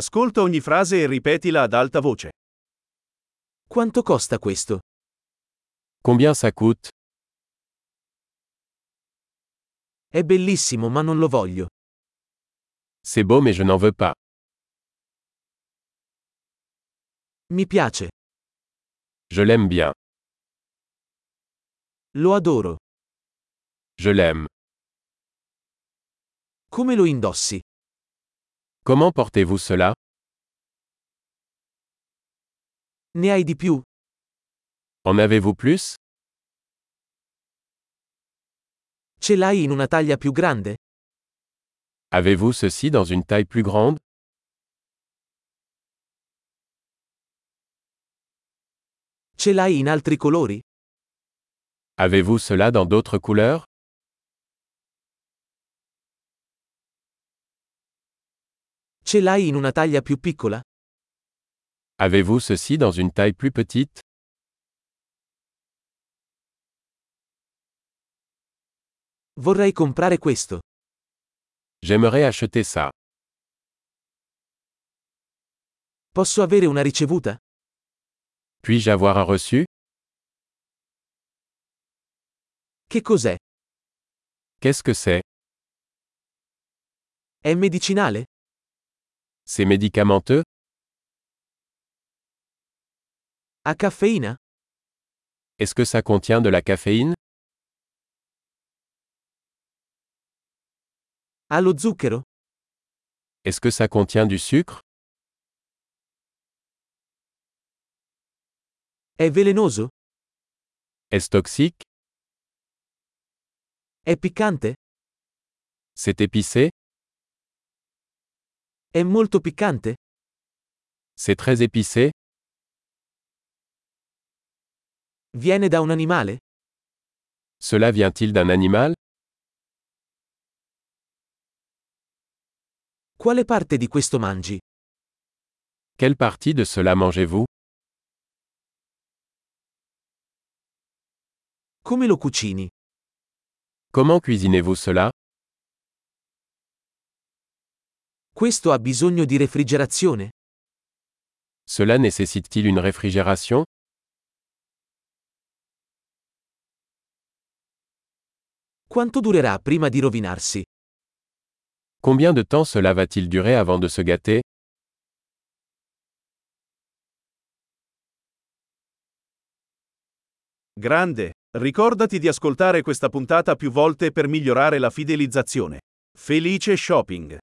Ascolta ogni frase e ripetila ad alta voce. Quanto costa questo? Combien ça coûte È bellissimo ma non lo voglio. C'est beau mais je n'en veux pas. Mi piace. Je l'aime bien. Lo adoro. Je l'aime. Come lo indossi? Comment portez-vous cela Ne hai di più? En avez-vous plus Ce l'hai in una taglia più grande? Avez-vous ceci dans une taille plus grande Ce l'hai in altri colori? Avez-vous cela dans d'autres couleurs Ce l'hai in una taglia più piccola? Avez-vous ceci dans une taille plus petite Vorrei comprare questo. J'aimerais acheter ça. Posso avere una ricevuta? Puis-je avoir un reçu Che cos'è? Qu'est-ce que c'est È medicinale? C'est médicamenteux Ha caffeina? Est-ce que ça contient de la caféine Ha lo zucchero? Est-ce que ça contient du sucre È velenoso? Est-ce toxique È piccante? C'est épicé È molto piccante? C'est très épicé Viene da un animale? Cela vient-il d'un animal Quale parte di questo mangi? Quelle partie de cela mangez-vous Come lo cucini? Comment cuisinez-vous cela Questo ha bisogno di refrigerazione? Cela nécessite-t-il une réfrigération Quanto durerà prima di rovinarsi? Combien de temps cela va-t-il durer avant de se gâter Grande, ricordati di ascoltare questa puntata più volte per migliorare la fidelizzazione. Felice shopping!